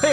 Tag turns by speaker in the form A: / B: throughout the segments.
A: Hey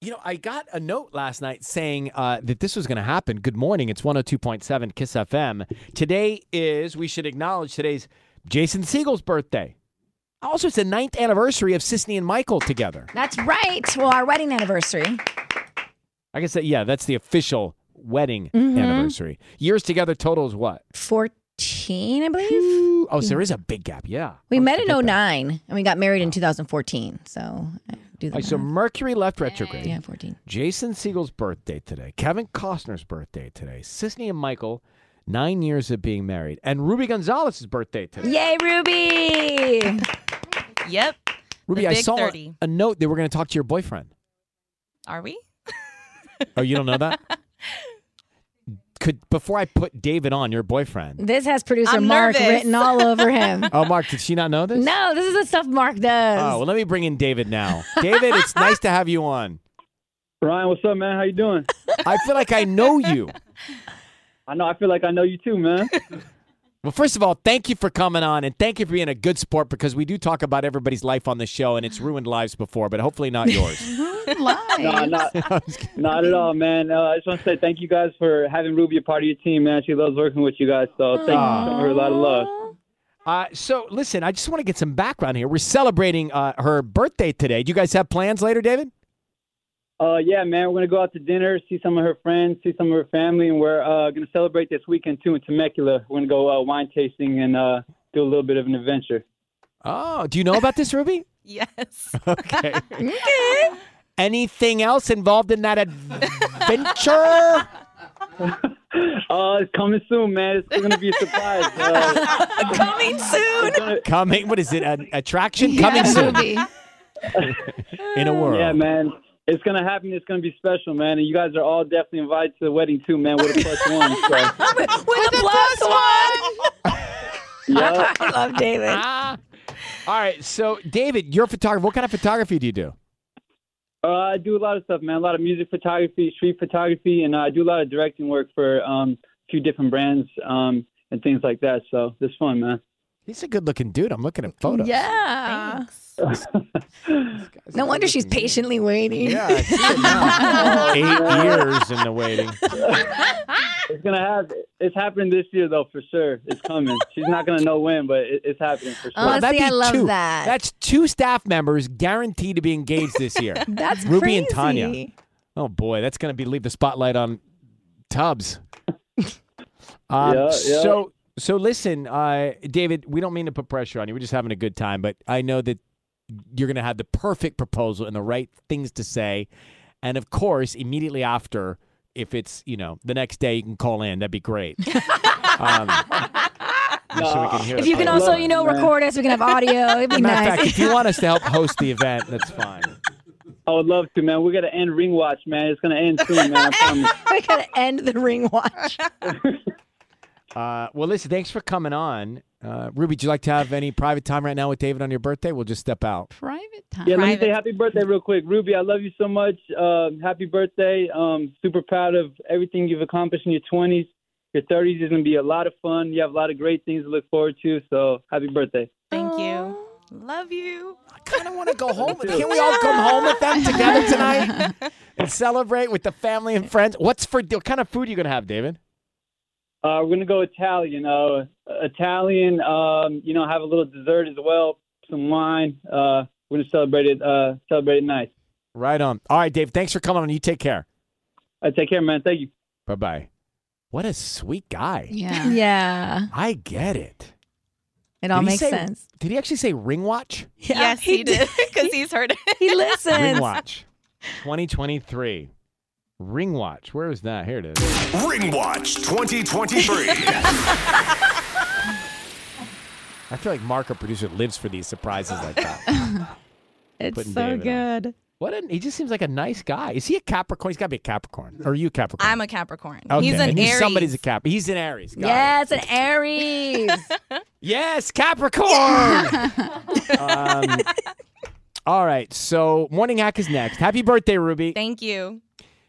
B: You know, I got a note last night saying uh, that this was going to happen. Good morning. It's 102.7 Kiss FM. Today is, we should acknowledge today's Jason Siegel's birthday. Also, it's the ninth anniversary of Sisney and Michael together.
C: That's right. Well, our wedding anniversary.
B: I guess that, yeah, that's the official wedding
C: Mm-hmm.
B: anniversary. Years together total is what?
C: 14, I believe.
B: Oh, so there is a big gap. Yeah.
C: We met
B: Forget
C: in
B: Oh, that.
C: 09 and we got married in 2014. So I do the
B: All right, so
C: math.
B: Mercury left retrograde.
C: Yeah, 14.
B: Jason Siegel's birthday today. Kevin Costner's birthday today. Sisney and Michael, nine years of being married. And Ruby Gonzalez's birthday today.
C: Yay, Ruby.
D: Yep.
B: Ruby,
D: the
B: I
D: big
B: saw a-
D: 30.
B: a note that we're going to talk to your boyfriend.
D: Are we?
B: Oh, you don't know that? Could before I put David on your boyfriend?
C: This has producer
D: I'm
C: Mark
D: nervous.
C: written all over him.
B: Oh, Mark, did she not know this?
C: no, this is the stuff Mark
B: Oh,
C: does.
B: well, let me bring in David now. David, it's nice to have you on.
E: Ryan, what's up, man? How you doing?
B: I feel like I know you.
E: I know. I feel like I know you too, man.
B: Well, first of all, thank you for coming on and thank you for being a good sport because we do talk about everybody's life on the show and it's ruined lives before, but hopefully not yours.
E: nah, not, not at all, man. Uh, I just want to say thank you guys for having Ruby a part of your team, man. She loves working with you guys, so thank you for showing her a lot of love.
B: uh, so, listen, I just want to get some background here. We're celebrating uh, her birthday today. Do you guys have plans later, David?
E: Uh, yeah, man, we're gonna go out to dinner, see some of her friends, see some of her family, and we're uh, gonna celebrate this weekend too in Temecula. We're gonna go uh, wine tasting and uh, do a little bit of an adventure.
B: Oh, do you know about this, Ruby?
D: Yes.
B: Okay. Anything else involved in that adventure?
E: Uh, it's coming soon, man. It's gonna be a surprise. Uh,
D: Coming soon.
E: it's gonna-
B: Coming, what is it? An attraction coming soon in a world.
E: Yeah, man. It's gonna happen. It's gonna be special, man. And you guys are all definitely invited to the wedding too, man. With a plus one. So,
C: With, a plus, one.
E: yeah.
C: I love David.
B: Ah. All right. So, David, you're a photographer. What kind of photography do you do?
E: Uh, I do a lot of stuff, man. A lot of music photography, street photography, and uh, I do a lot of directing work for um, a few different brands um, and things like that. So it's fun, man.
B: He's a good looking dude. I'm looking at photos.
C: Yeah.
D: Thanks.
C: No wonder she's patiently waiting.
B: Yeah. I see it now. Eight years in the waiting.
E: It's gonna happen. It's happening this year, though, for sure. It's coming. She's not gonna know when, but it, it's happening for sure.
C: Oh,
B: that'd
C: see,
B: be
C: I love
B: two.
C: that.
B: That's two staff members guaranteed to be engaged this year.
C: That's
B: Ruby
C: crazy.
B: and Tanya. Oh boy, that's gonna be leave the spotlight on Tubbs. Um,
E: Yeah, yeah.
B: So so listen, uh, David, we don't mean to put pressure on you. We're just having a good time, but I know that you're gonna have the perfect proposal and the right things to say, and of course, immediately after if it's you know the next day, you can call in. That'd be great. um, just so we can hear
C: If
B: it.
C: you can
B: I
C: also,
B: love
C: you
B: it.
C: know, record us, we can have audio. It'd be
B: Matter
C: nice.
B: of fact, if you want us to help host the event, that's fine.
E: I would love to, man. We got to end ring watch, man. It's gonna end soon, man. I promise.
C: we gotta end the ring watch.
B: Uh, well, listen, thanks for coming on. Uh, Ruby, do you like to have any private time right now with David on your birthday? We'll just step out.
F: Private time.
E: Yeah, let me
F: Private.
E: say happy birthday real quick, Ruby. I love you so much. Um, happy birthday! Um, super proud of everything you've accomplished in your twenties. Your thirties is gonna be a lot of fun. You have a lot of great things to look forward to. So happy birthday!
D: Thank you. Love you. I
B: kind of want to go home. Can we all come home with them together tonight and celebrate with the family and friends? What's for what kind of food are you gonna have, David?
E: Uh, we're gonna go Italian. Uh, Italian. Um, you know, have a little dessert as well, some wine. Uh, we're gonna celebrate it. Uh, celebrate it nice.
B: Right on. All right, Dave. Thanks for coming on. You take care.
E: I Uh, take care, man. Thank you.
B: Bye bye. What a sweet guy.
F: Yeah.
C: yeah.
B: I get it.
C: It all
B: Did he
C: makes
B: say-
C: sense.
B: Did he actually say ring watch?
C: Yeah,
D: yes, he, did because he's heard it.
C: He listens.
B: Ring watch. 2023. Ring watch. Where is that? Here it is.
G: Ring Watch 2023.
B: I feel like Mark, our producer, lives for these surprises like that.
C: It's
B: Putting
C: so
B: David on.
C: good.
B: What? An, he just seems like a nice guy. Is he a Capricorn? He's got to be a Capricorn. Or are you a Capricorn?
D: I'm a Capricorn.
B: Okay.
D: He's an
B: and
D: Aries.
B: Somebody's a Cap. He's an Aries. Got Oh, it.
C: Yes, an Aries.
B: Yes, Capricorn. um, all right. So morning hack is next. Happy birthday, Ruby.
D: Thank you.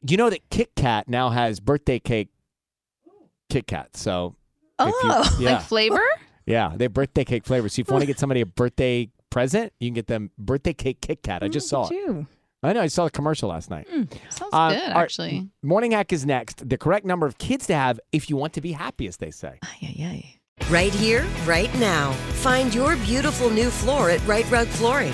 B: Do you know that Kit Kat now has birthday cake Kit Kat? So if you-
C: Oh.
B: yeah,
F: Like flavor?
B: yeah, they have birthday cake flavor. So if you want to get somebody a birthday present, you can get them birthday cake Kit Kat. I just saw it.
C: Two.
B: I know. I saw the commercial last night.
F: Hmm, Sounds
B: Uh,
F: good,
B: all right,
F: actually.
B: Morning hack is next. The correct number of kids to have if you want to be happy, as they say.
F: Yeah, yeah.
H: Right here, right now. Find your beautiful new floor at Right Rug Flooring.